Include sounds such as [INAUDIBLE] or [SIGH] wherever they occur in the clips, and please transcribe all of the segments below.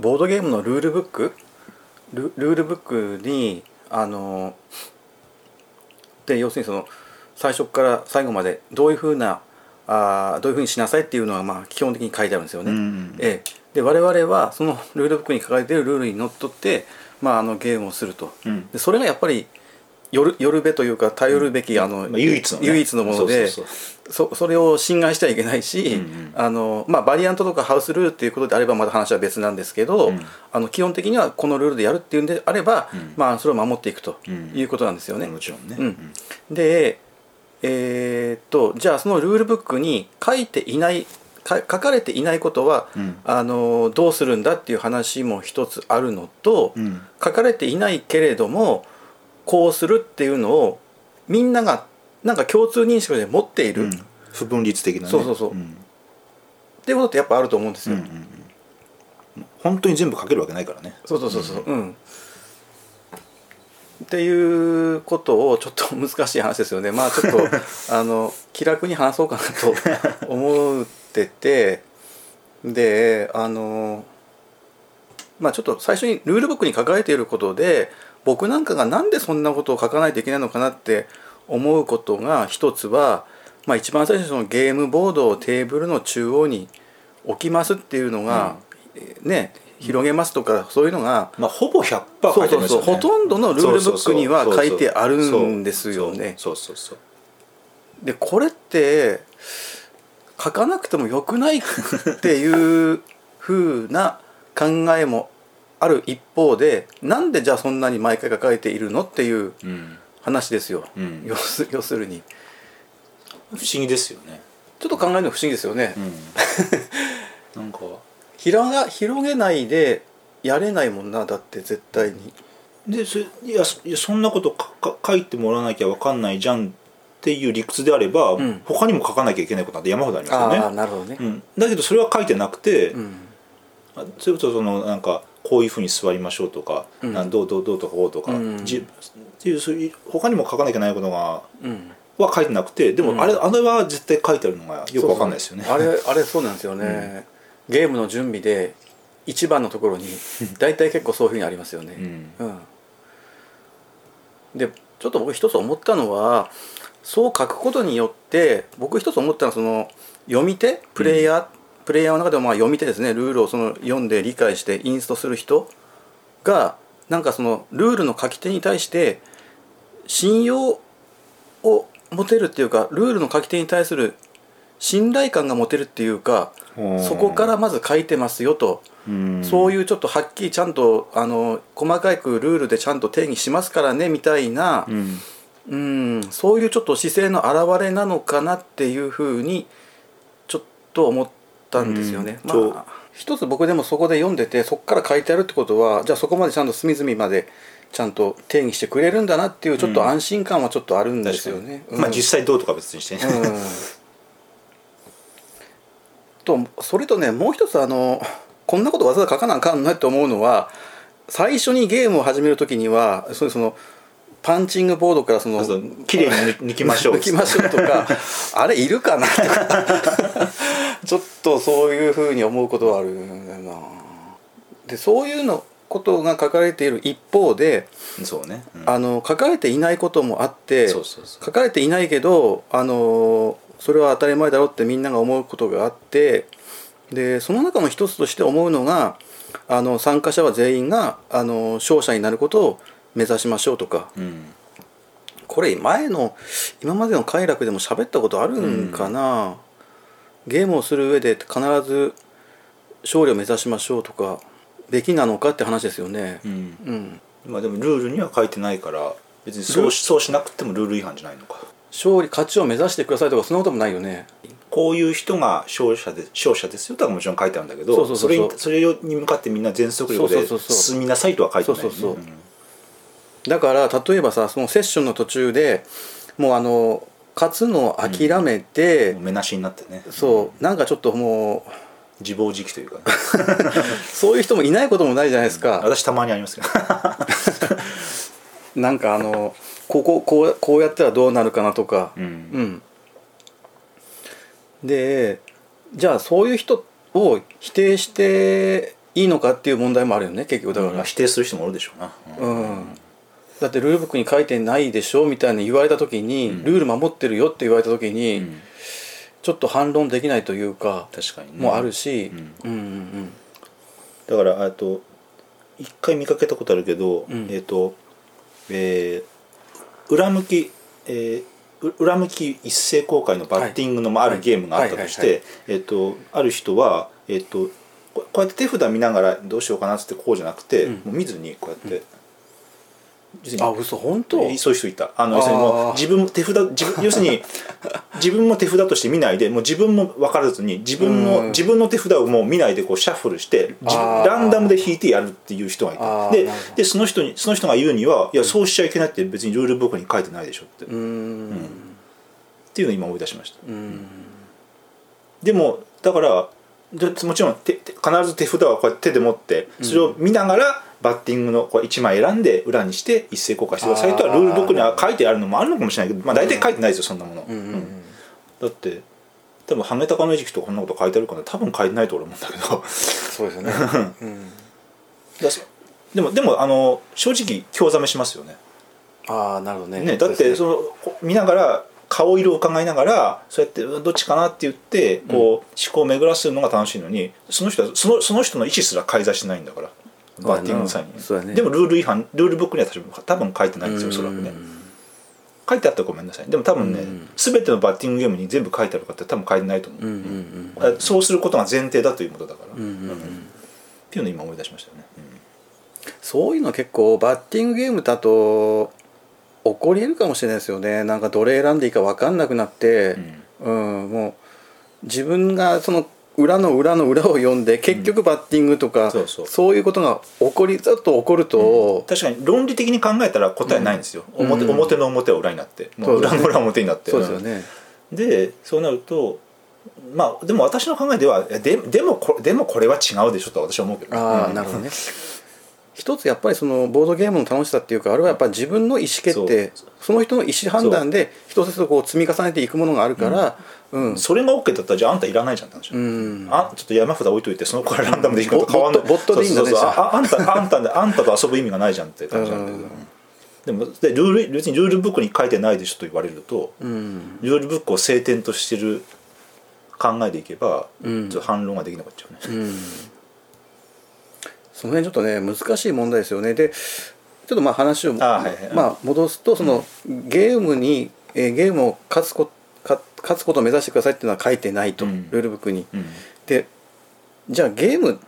ボードゲームのルールブックルルールブックにあので要するにその最初から最後までどういうふうなあーどういうふうにしなさいっていうのがまあ基本的に書いてあるんですよね。うんうんええで我々はそのルールブックに書かれているルールにのっとって、まあ、あのゲームをすると、うんでそれがやっぱりよるよるべというか頼るべき、あのまあ唯一のね唯一のものでそうそうそそれを侵害してはいけないし、うんうんあのまあ、バリアントとかハウスルールっていうことであればまだ話は別なんですけど、うんあの基本的にはこのルールでやるっていうんであれば、うんまあ、それを守っていくとうんいうことなんですよね。もちろんね、うんでえーっとじゃあそのルールブックに書いていないか書かれていないことは、うんあのどうするんだっていう話も一つあるのと、うん書かれていないけれどもこうするっていうのをみんながなんか共通認識で持っている、うんって不分律的なねそうそうそううんいうことってやっぱあると思うんですうんよ。うんうん本当に全部書けるわけないからねそうそうそうそう、うんっていうことをちょっと難しい話ですよねまあちょっと [LAUGHS] あの気楽に話そうかなと思っててであのまあちょっと最初にルールブックに書かれていることで僕なんかがなんでそんなことを書かないといけないのかなって思うことが一つは、まあ、一番最初にそのゲームボードをテーブルの中央に置きますっていうのが、えーね広げますとかそういうのが、まあほぼ100%書そいうてそうそますようねほとんどのルールブックには書いてあるんですよね。そうそうそうでこれって書かなくてもよくないっていう風な考えもある一方でなんでじゃあそんなに毎回書かれているのっていうそううん話ですよ、うん要す [LAUGHS] 要するに不思議ですよねちょっと考えるの不思議ですよね、うんなんか広が広げないでやれないもんなだって絶対にでそれいやそいやそんなことかか書いてもらわなきゃわかんないじゃんっていう理屈であれば、ん他にも書かなきゃいけないことなんて山ほどありますよねああなるほどね、うん、だけどそれは書いてなくて、うんあそれこそそのなんかこういうふうに座りましょうとか、うんなんどうどうどうとかこうとか、うんじっていうそういう他にも書かなきゃいけないことがうんは書いてなくてでうもんあれ、あれは絶対書いてあるのがよくわかんないですよね。そうそうあれあれそうなんですよね、ゲームの準備で一番のとこ [LAUGHS] ろに大体結構そういうふうにありますよね、うんうん、でちょっと僕一つ思ったのはそう書くことによって僕一つ思ったのはその読み手プレイヤー、プレイヤーの中でもまあ読み手ですねルールをその読んで理解してインストする人がなんかそのルールの書き手に対して信用を持てるっていうかルールの書き手に対する信頼感が持てるっていうかうんそこからまず書いてますよと。そういいうちょっとはっきりちゃんとあの細かくルールでちゃんと定義しますからねみたいな、うん、うんうん、そういうちょっと姿勢の表れなのかなっていうふうにちょっと思ったんですよね。うんそうまあ一つ僕でもそこで読んでてそこから書いてあるってことはじゃあそこまでちゃんと隅々までちゃんと定義してくれるんだなっていうちょっと安心感はちょっとあるんですよね。うんまあ実際どうとか別にしてね、うんとそれとねもう一つあのこんなことわざわざ書かなあかんなって思うのは最初にゲームを始める時にはそういうそのパンチングボードからその [LAUGHS] そう綺麗に抜抜きまし [LAUGHS] ょう抜きましょうと [LAUGHS] かあれいるかな [LAUGHS] とかちょっとそういうふうに思うことはあるんだよなでそういうのことが書かれている一方で、そうね、うんあの書かれていないこともあってそうそうそう書かれていないけどあのそれは当たり前だろってみんなが思うことがあってでその中の一つとして思うのがあの参加者は全員があの勝者になることを目指しましょうとかうんこれ前の今までの快楽でも喋ったことあるんかな、ゲームをする上で必ず勝利を目指しましょうとかべきなのかって話ですよね。うんうんまあでもルールには書いてないから別にそルうそうしなくてもルール違反じゃないのか勝利勝ちを目指してくださいとかそんなこともないよねこういう人が勝者で勝者ですよとはもちろん書いてあるんだけどそうそうそうそうれにそれに向かってみんな全速力そうでそうそうそう進みなさいとは書いてないよね、そうそうそうだから例えばさそのセッションの途中でもうあの勝つのを諦めて、うんもう目なしになってねそうなんかちょっとも自暴自棄というか、ね、うそういう人もいないこともないじゃないですか、私たまにありますけどなんかあのこここうこうやったらどうなるかなとか、うんうん、でじゃあそういう人を否定していいのかっていう問題もあるよね結局だだかからら、否定する人もおるでしょうな、うんうん、だってルールブックに書いてないでしょみたいに言われた時に、ルール守ってるよって言われた時に、うんちょっと反論できないというか確かにねもあるし、ううん、うんだからあと一回見かけたことあるけど、んえっ、と、えー裏向き、えーう裏向き一斉公開のバッティングの、まああるゲームがあったとして、はいはいえっ、とある人はえっ、とここうやって手札見ながらどうしようかなっつってこうじゃなくて、うんもう見ずにこうやって。要すうるん、にあ嘘本当えーそういう人いたあのあー要するにもう自分も手札自分 [LAUGHS] 要するに自分も手札として見ないでもう自分も分からずに自分うんの自分の手札をもう見ないでこうシャッフルして自あー分ランダムで引いてやるっていう人がいあーたでなるほどでその人にその人が言うにはいやそうしちゃいけないって別にルールブックに書いてないでしょって、うっんていうのを今思い出しましたうんでもだからでもちろん手手必ず手札はこうやって手で持ってそれを見ながらバッティングのこう1枚選んで裏にして一斉公開してくださいとはあールールブックには書いてあるのもあるのかもしれないけど、まあ、大体書いてないですよそんなもの、うんううんんだって多分ハゲタカの餌食とかこんなこと書いてあるから多分書いてないと俺思うんだけど [LAUGHS] そうですよね、うん、だしでもでもあの正直興ざめしますよねああなるほどねね、だっそうてですそねのこ見ながら顔色を伺いながらそうやってうんどっちかなって言ってこう思考を巡らすのが楽しいのにその人はそのその人の意思すら介在してないんだからうやなバッティングの際に、そうやねでもルール違反ルールブックには多分多分書いてないんですよおそらくねうん書いてあったらごめんなさいでも多分ね、うん全てのバッティングゲームに全部書いてあるかって多分書いてないと思う、うんうんだからそうすることが前提だということだから、うんうんうんうんっていうのを今思い出しましたよね、うんそういうの結構バッティングゲームだと起こり得るかもしれないですよねなんかどれ選んでいいか分かんなくなって、うんもう自分がその裏の裏の裏を読んで結局バッティングとか、んそうそういうことが起こりちょっと起こると、確かに論理的に考えたら答えないんですよ、ん表うん表の表は裏になってもうそうです裏ねの裏は表になってそうですよね、うんでそうなるとまあでも私の考えではいやででもこれでもこれは違うでしょと私は思うけどねああうんなるほどね一つやっぱりそのボードゲームの楽しさっていうかあれはやっぱ自分の意思決定そその人の意思判断で一つずつこう積み重ねていくものがあるからうん、それが OK だったらじゃああんたいらないじゃんって話、うんあちょっと山札置いといてその子はランダムでいくのと変わんないボットボットでいいんだねそうそうそうじゃああんたあんたであんたと遊ぶ意味がないじゃんって感じなんだけど、でもでルール別にルールブックに書いてないでしょと言われると、うんルールブックを聖典としてる考えでいけば、うんちょっと反論ができなかったよね、うんその辺ちょっとね難しい問題ですよねでちょっとまあ話をあはいはいまあ、戻すとその、ゲームに、えーゲームを勝つこ勝勝つことを目指してくださいっていうのは書いてないと、うんルールブックに。うんでじゃあゲーム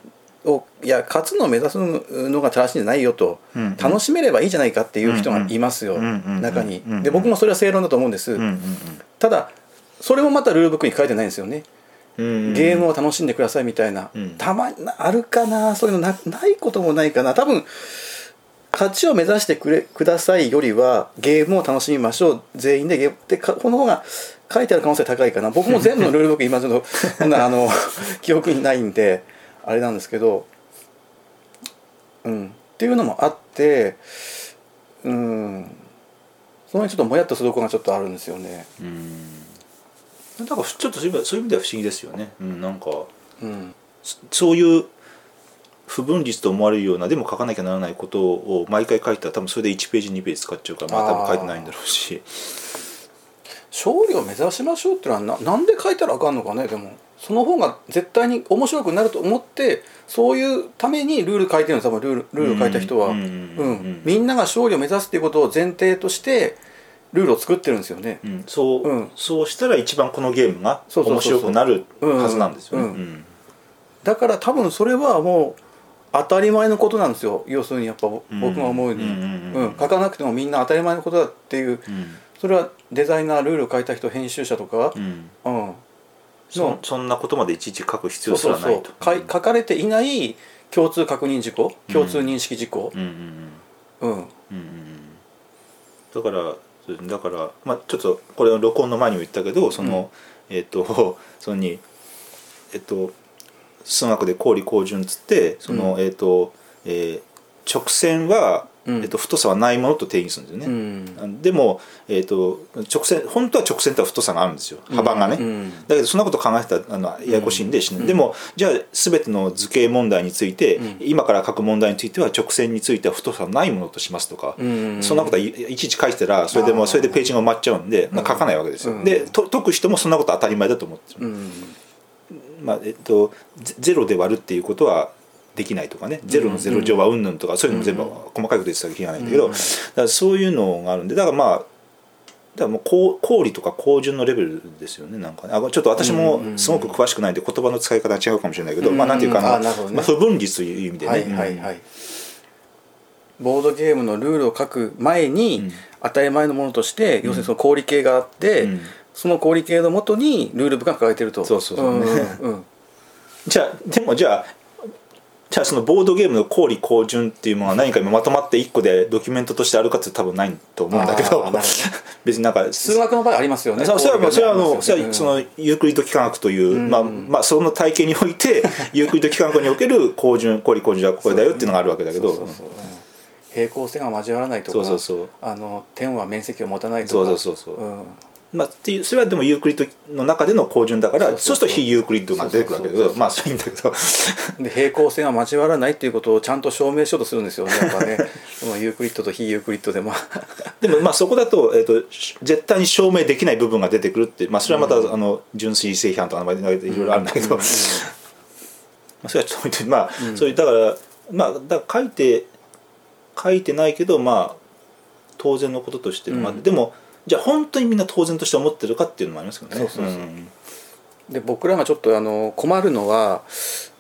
をいや勝つのを目指すのが正しいんじゃないよと、うんうん楽しめればいいじゃないかっていう人がいますよ、うんうんうんうん中にうんうんで僕もそれは正論だと思うんです、うんうんただそれもまたルールブックに書いてないんですよね、うんうんゲームを楽しんでくださいみたいな、うんたまにあるかなそういうのなないこともないかな多分勝ちを目指してくれくださいよりはゲームを楽しみましょう全員でゲームでかこの方が書いてある可能性高いかな僕も全部のルールブック今ちょっと [LAUGHS] そんなあの記憶にないんであれなんですけどうんっていうのもあってうんその辺ちょっともやっとするとこがちょっとあるんですよね。うんだからちょっとそういう意味そういう意味では不思議ですよね、うん、なんかうん、そそういう不分率と思われるようなでも書かなきゃならないことを毎回書いたら多分それで1ページ2ページ使っちゃうからまあ多分書いてないんだろうし勝利を目指しましょうってのはななんで書いたらあかんのかねでもその方が絶対に面白くなると思ってそういうためにルール書いてるの多分ルールルール書いた人は、うんうんうんみんなが勝利を目指すっていうことを前提としてルールを作ってるんですよね。うんそう、うんそうしたら一番このゲームがそうそ面うそう白そうくなるはずなんですよねうんうんうんだから多分それはもう当たり前のことなんですよ要するにやっぱぼうん僕が思うに、ううんんうんうん書かなくてもみんな当たり前のことだっていううんそれはデザイナールールを書いた人編集者とかう、んうん、そそんなことまでいちいち書く必そう要すそらうないそとうかい書かれていない共通確認事項うん共通認識事項うんうんうん、うんうんうんだからそうだから、まあ、ちょっとこれの録音の前にも言ったけどその、えっ、とそのにえっ、と数学で公理公順っつってその、うえっ、と、えー直線はうんえっと、太さはないものと定義するんですうよね、んでも、えっと直線本当は直線とは太さがあるんですよ幅がね、うんだけどそんなこと考えてたらあのややこしいんで、しないでもじゃあ全ての図形問題について、今から書く問題については直線については太さのないものとしますとか、うんそんなことはいいちいち書いてたらそれでもあーうそれでページが埋まっちゃうんで、まあ書かないわけですよ、うんでと解く人もそんなこと当たり前だと思ってうる、んまあえっと、ゼゼロで割るっていうことはできないとかねゼロのゼロ乗はうんぬんとか、そういうのも全部細かいこと言ってたわけじゃないんだけど、うんだからそういうのがあるんでだからまあだからもうこう氷とか高順のレベルですよねなんかねあちょっと私もすごく詳しくないんで言葉の使い方が違うかもしれないけど、うんまあなんていうかあななるほどねまあ、不分率という意味でね、はいはいはい、ボードゲームのルールを書く前に、うん当たり前のものとして、要するにその氷系があって、うんその氷系のもとにルール部が書かれてるとそうそうそうねうんうんじゃあでもじゃあじゃあそのボードゲームの公理公順っていうものは何か今まとまって一個でドキュメントとしてあるかって多分ないと思うんだけどあーなるほど [LAUGHS] 別になんか数学の場合ありますよねそそれはもうそれはあのそ氷系れはねそのユークリッド幾何学という、まあまあその体系において [LAUGHS] ユークリッド幾何学における高順公理高順はこれだよっていうのがあるわけだけどそうそうそううん平行線は交わらないとかそうそうそうあの点は面積を持たないとかそうそうそうそうんまあっていうそれはでもユークリッドの中での高順だかそらそうそうそううすると非ユークリッドが出てくるわけだけそうそうそうどまあそれはいいんだけどで平行線は交わらないっていうことをちゃんと証明しようとするんですよねやっぱねまあユークリッドと非ユークリッドでまあでもまあそこだと,、えっとし絶対に証明できない部分が出てくるって、まあ、それはまた、あの純粋性批判とかいろいろあるんだけ [LAUGHS] ど、まあそれはちょっと置いといてまあ、そういうだからまあだから書いて書いてないけどまあ当然のこととして、まあ、うんでもじゃあ本当にみんな当然として思ってるかっていうのもありますけどね。そうそうそうんで僕らがちょっとあの困るのは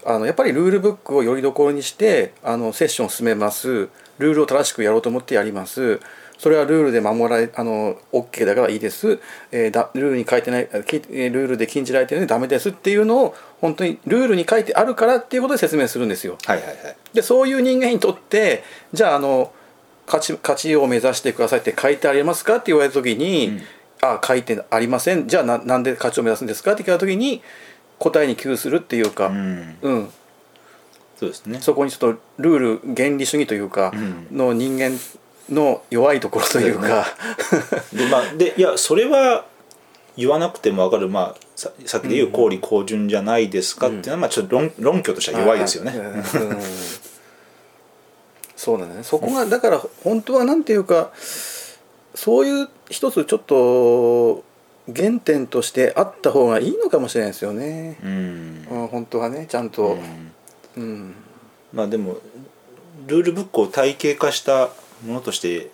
あのやっぱりルールブックをよりどころにしてあのセッションを進めますルールを正しくやろうと思ってやりますそれはルールで守られあの OK だからいいです、えーだルールに書いてないあきえールールで禁じられてるのでダメですっていうのを本当にルールに書いてあるからっていうことで説明するんですよ。はいはいはい。でそういう人間にとってじゃああの勝ち勝ちを目指してくださいって書いてありますかって言われた時に、んあ書いてありませんじゃあななんで勝ちを目指すんですかって聞かれた時に答えに窮するっていうか、ううんん、そうですね。そこにちょっとルール原理主義というか、うんの人間の弱いところというか [LAUGHS] でまあでいやそれは言わなくても分かる、まあ、ささっきで言う公理公順じゃないですかっていうのは、まあ、ちょっと論論拠としては弱いですよね。うんうんそうなんだねそこがだから本当はなんていうかそういう一つちょっと原点としてあった方がいいのかもしれないですよね、うんうん、本当はねちゃんと、うんまあでもルールブックを体系化したものとして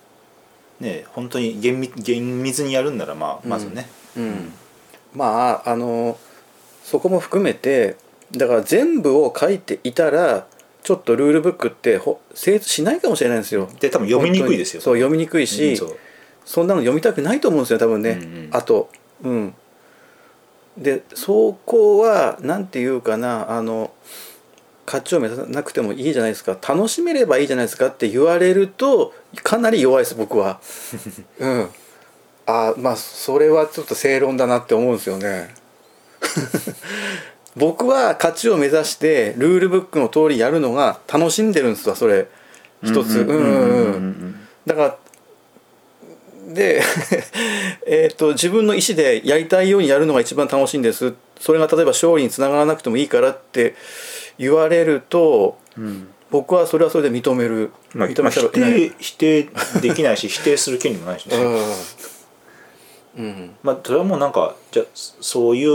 ね本当に厳密厳密にやるんなら、まあ、まずね。うんまああのそこも含めてだから全部を書いていたらちょっとルールブックってほ成立しないかもしれないんですよ。で多分読みにくいですよ。そう読みにくいし、うんそうそんなの読みたくないと思うんですよ多分ね、うんうんあとうんでそこはなんていうかなあの勝ちを目指さなくてもいいじゃないですか楽しめればいいじゃないですかって言われるとかなり弱いです僕 [LAUGHS] はうんあまあそれはちょっと正論だなって思うんですよ [LAUGHS] ね僕は勝ちを目指してルールブックの通りやるのが楽しんでるんですわそれ一つうんうんうんうんうんだからで [LAUGHS] えーと自分の意思でやりたいようにやるのが一番楽しいんですそれが例えば勝利につながらなくてもいいからって言われるとうんうん僕はそれはそれで認める、まあ、認めざる否を得ない、定否定できないし否定する権利もないしね。うんうんまあ、それはもうなんかじゃあそそういう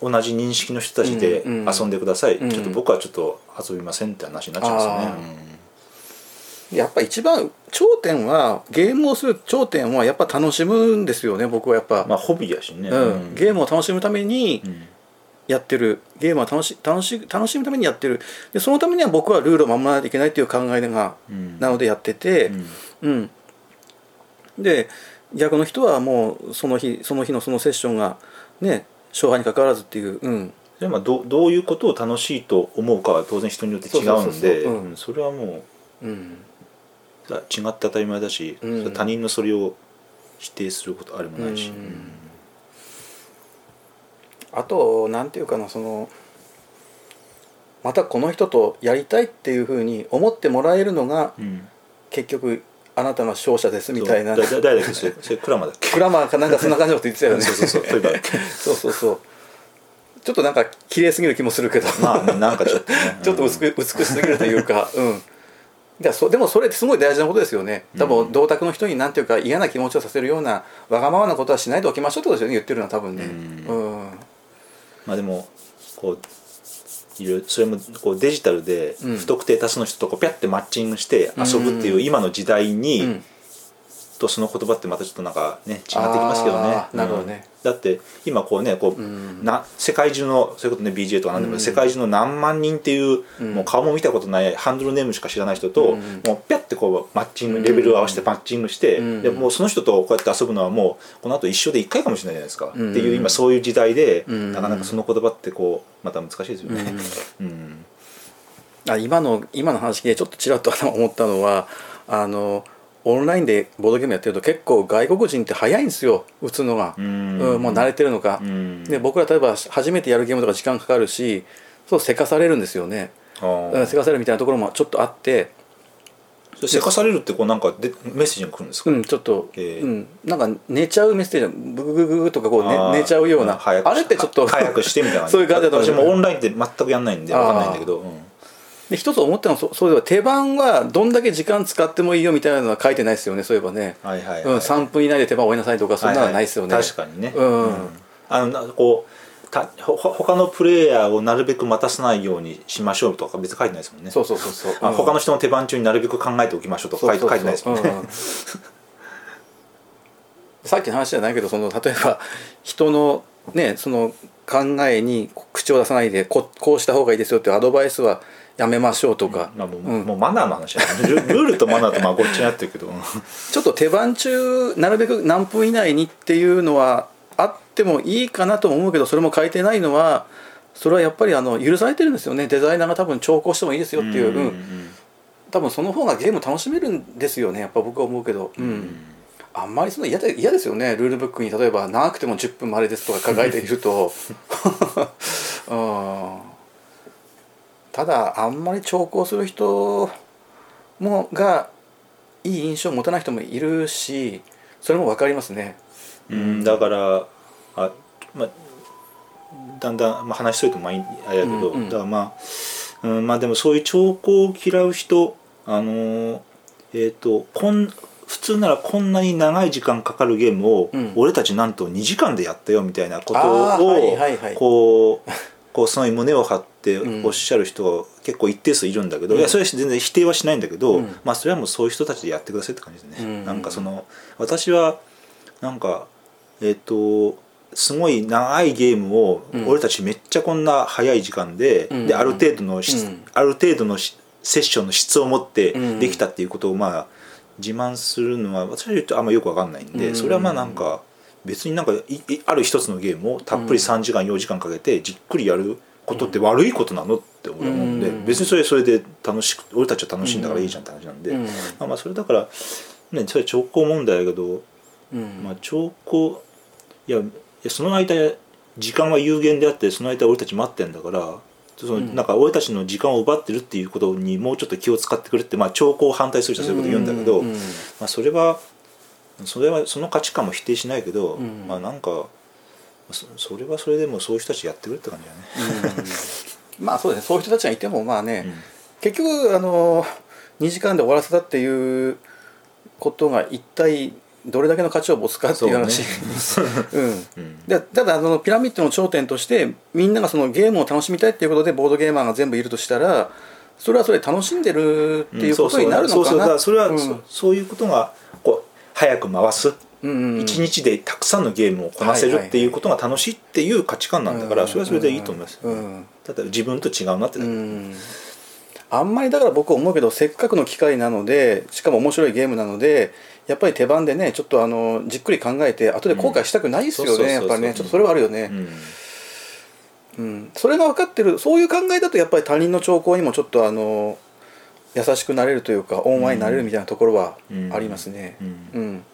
お同じ認識の人たちでうんうん遊んでください、うんちょっと僕はちょっと遊びませんって話になっちゃうんですよね、やっぱ一番頂点はゲームをする頂点はやっぱ楽しむんですよね僕はやっぱ、うんまあホビーやしね、うん、ゲームを楽しむためにうんやってるゲームは楽し楽し楽しむためにやってるでそのためには僕はルールを守らないといけないっていう考えがうんなのでやってて、うんうん、で逆の人はもうその日その日のそのセッションがね勝敗に関わらずっていう、うん、それはまあどうどういうことを楽しいと思うかは当然人によって違そううそんうそうでそううんうんそれはもうん、うだ違って当たり前だし、うんそれ他人のそれを否定することあれもないし、うんあとなんていうかなそのまたこの人とやりたいっていうふうに思ってもらえるのがうん結結局あなたの勝者ですみたいなそうだ誰だっけそれそれクラマだっけクラマーかなんかそんな感じのこと言ってたよねそうそうそうそういえばそうそうそうちょっとなんか綺麗すぎる気もするけど、 [LAUGHS] まあねなんかちょっとねちょっと美し美しすぎるというかうんだそでもそれってすごい大事なことですよね多分同卓の人になんていうか嫌な気持ちをさせるようなわがままなことはしないでおきましょうってことですよね言ってるのは多分ねうん、まあでもこういろいろそれもこうデジタルでうん不特定多数の人とこうピャってマッチングして遊ぶっていうう今の時代に、うんとその言葉ってまたちょっとなんかね違ってきますけどねあ。ーなるほどねうんだって今こうねこう、んな世界中のそういうことね BJ とか何でも、うん世界中の何万人っていう、んもう顔も見たことないハンドルネームしか知らない人と、うんもうピャってこうマッチングレベルを合わせてマッチングして、うんでもうその人とこうやって遊ぶのはもうこの後一生で一回かもしれないじゃないですか、うんっていう今そういう時代で、うんなかなかその言葉ってこうまた難しいですよね。うんあ今の今の話聞いてちょっとちらっとあの思ったのはあのオンラインでボードゲームやってると結構外国人って早いんですよ打つのが、うんうんもう慣れてるのか、うんで僕ら例えば初めてやるゲームとか時間かかるしそうせかされるんですよね、あーうん、せかされるみたいなところもちょっとあって、それせかされるってこうなんかでメッセージが来るんですか、うん、ちょっと、へえうん、なんか寝ちゃうメッセージブググググとかこうあー寝寝ちゃうような早くしあれってちょっと [LAUGHS] 早くしてみたいなそういう感じだと思う私もオンラインって全くやんないんであーわかんないんだけど、うん [LAUGHS] で一つ思ったのはそそういえば手番はどんだけ時間使ってもいいよみたいなのは書いてないですよねそういえばね、はいはいはいうん、3分以内で手番終えなさいとかそんなのはないですよね、はは確かにね、うんあのなこうたほほ他のプレイヤーをなるべく待たせないようにしましょうとか別に書いてないですもんねそうそうそうそう、あうん他の人の手番中になるべく考えておきましょうとか書いて書いてないですもんね、うん [LAUGHS] うんさっきの話じゃないけどその例えば人のねその考えに口を出さないでここうした方がいいですよっていうアドバイスはやめましょうとか、まあ、もううんもうマナーの話だねルルールとマナーとまあごっちゃになってるけどちょっと手番中なるべく何分以内にっていうのはあってもいいかなとも思うけどそれも書いてないのはそれはやっぱりあの許されてるんですよねデザイナーが多分調校してもいいですよっていう、うんん多分その方がゲーム楽しめるんですよねやっぱ僕は思うけど、うんうんあんまりその嫌で嫌ですよねルールブックに例えば長くても10分までですとか書いていると [LAUGHS] うんただあんまり長考する人もがいい印象を持たない人もいるしそれも分かりますねうん、だからあ、まあ、だんだん、まあ、話しといてもまあいいあれやけど、うんうんだからまあ、うん、まあでもそういう兆候を嫌う人あのーえっ、とこん普通ならこんなに長い時間かかるゲームを、うん俺たちなんと2時間でやったよみたいなことあーを、はいはいはいこう。こうすごい胸を張ってうんおっしゃる人が結構一定数いるんだけど、うんいやそれは全然否定はしないんだけど、うんまあそれはもうそういう人たちでやってくださいって感じですね、うんなんかその私はなんかえっ、とすごい長いゲームを、うん俺たちめっちゃこんな早い時間で、うんである程度の質、うんある程度のしセッションの質を持ってうんできたっていうことをまあ自慢するのは私はちょっとあんまよくわかんないんで、うんそれはまあなんか別になんかいいある一つのゲームをたっぷり3時間4時間かけてじっくりやることって悪いことなのって俺は思うんで、うん別にそれはそれで楽しく俺たちは楽しいんだからいいじゃんって話なんで、うんまあまあそれだから、ね、それは兆候問題だけどうんまあ、兆候いやいやその間時間は有限であってその間俺たち待ってんだからその、んなんか俺たちの時間を奪ってるっていうことにもうちょっと気を使ってくれって、まあ、兆候を反対する人はそういうこと言うんだけど、うんうんまあ、それはそれはその価値観も否定しないけど、うんまあなんかそそれはそれでもうそういう人たちやってくれって感じだね。まあそうですねそういう人たちがいてもまあね、うん結局あの2時間で終わらせたっていうことが一体どれだけの価値を持つかっていう話そうねうん [LAUGHS] うんでただあのピラミッドの頂点としてみんながそのゲームを楽しみたいっていうことでボードゲーマーが全部いるとしたらそれはそれで楽しんでる [LAUGHS] っていうことになるのかそうそうだかならそれは、うんそそういうことがこう早く回すうんうん一日でたくさんのゲームをこなせはいはいはるいっていうことが楽しいっていう価値観なんだかうらんそれはそれでいいと思いますうんうんただ自分と違うなってだうけんあんまりだから僕思うけどせっかくの機会なのでしかも面白いゲームなのでやっぱり手番でねちょっとあのじっくり考えて後で後悔したくないですうんよそうそうねそやっうそうぱりねちょっとそれはあるようね、んうん、それが分かってるそういう考えだとやっぱり他人の兆候にもちょっとあの優しくなれるというか恩愛になれるみたいなところはありますね、うんうん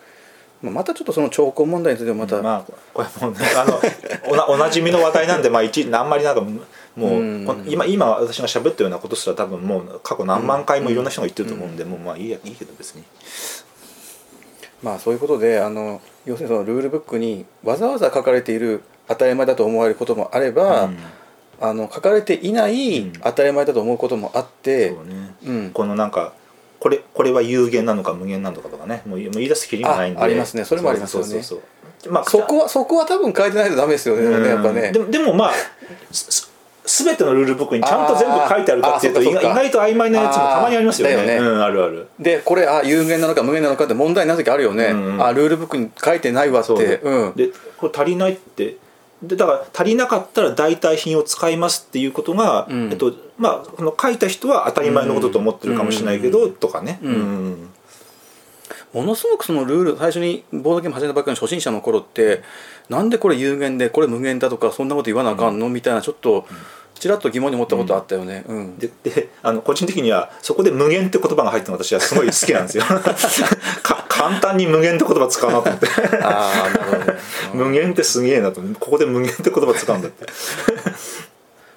まあまたちょっとその兆候問題についてもまた、 [LAUGHS] まあこれもうねあのおなおなじみの話題なんでまあ一あんまりなんかもうんうこん今今私が喋ったようなことすら多分もう過去何万回もいろんな人が言ってると思うんで、もうまあいいやいいけど別にまあそういうことであの要するにそのルールブックにわざわざ書かれている当たり前だと思われることもあれば、うんあの書かれていないん当たり前だと思うこともあって、そうね、うんこのなんかこれこれは有限なのか無限なのかとかねもうもう言い出す気にもないんであありますねそれもありますよねそうそうそうまあそこはそこは多分変えてないとダメですよね、でもねやっぱねでもでもまあすすべてのルールブックにちゃんと全部書いてあるかっていうとあーあー意そっかそっ外意か外と曖昧なやつもたまにありますよねあーだよねうん、あるあるでこれあ有限なのか無限なのかって問題な時あるよね、うんうんあルールブックに書いてないわってそうう、ん、でこれ足りないってでだから足りなかったら代替品を使いますっていうことが、うんえっとまあ、この書いた人は当たり前のことと思ってるかもしれないけど、とかね、んうんものすごくそのルール最初にボードゲーム始めたばっかりの初心者の頃ってなんでこれ有限でこれ無限だとかそんなこと言わなあかんの、みたいなちょっとちらっと疑問に思ったことあったよね、うん [LAUGHS] でであの個人的にはそこで「無限」って言葉が入ってるの私はすごい好きなんで [LAUGHS] すよか簡単に「無限」って言葉使 [LAUGHS] うなと思ってああなるほどね無限ってすげえなと思ってここで「無限」って言葉使うんだって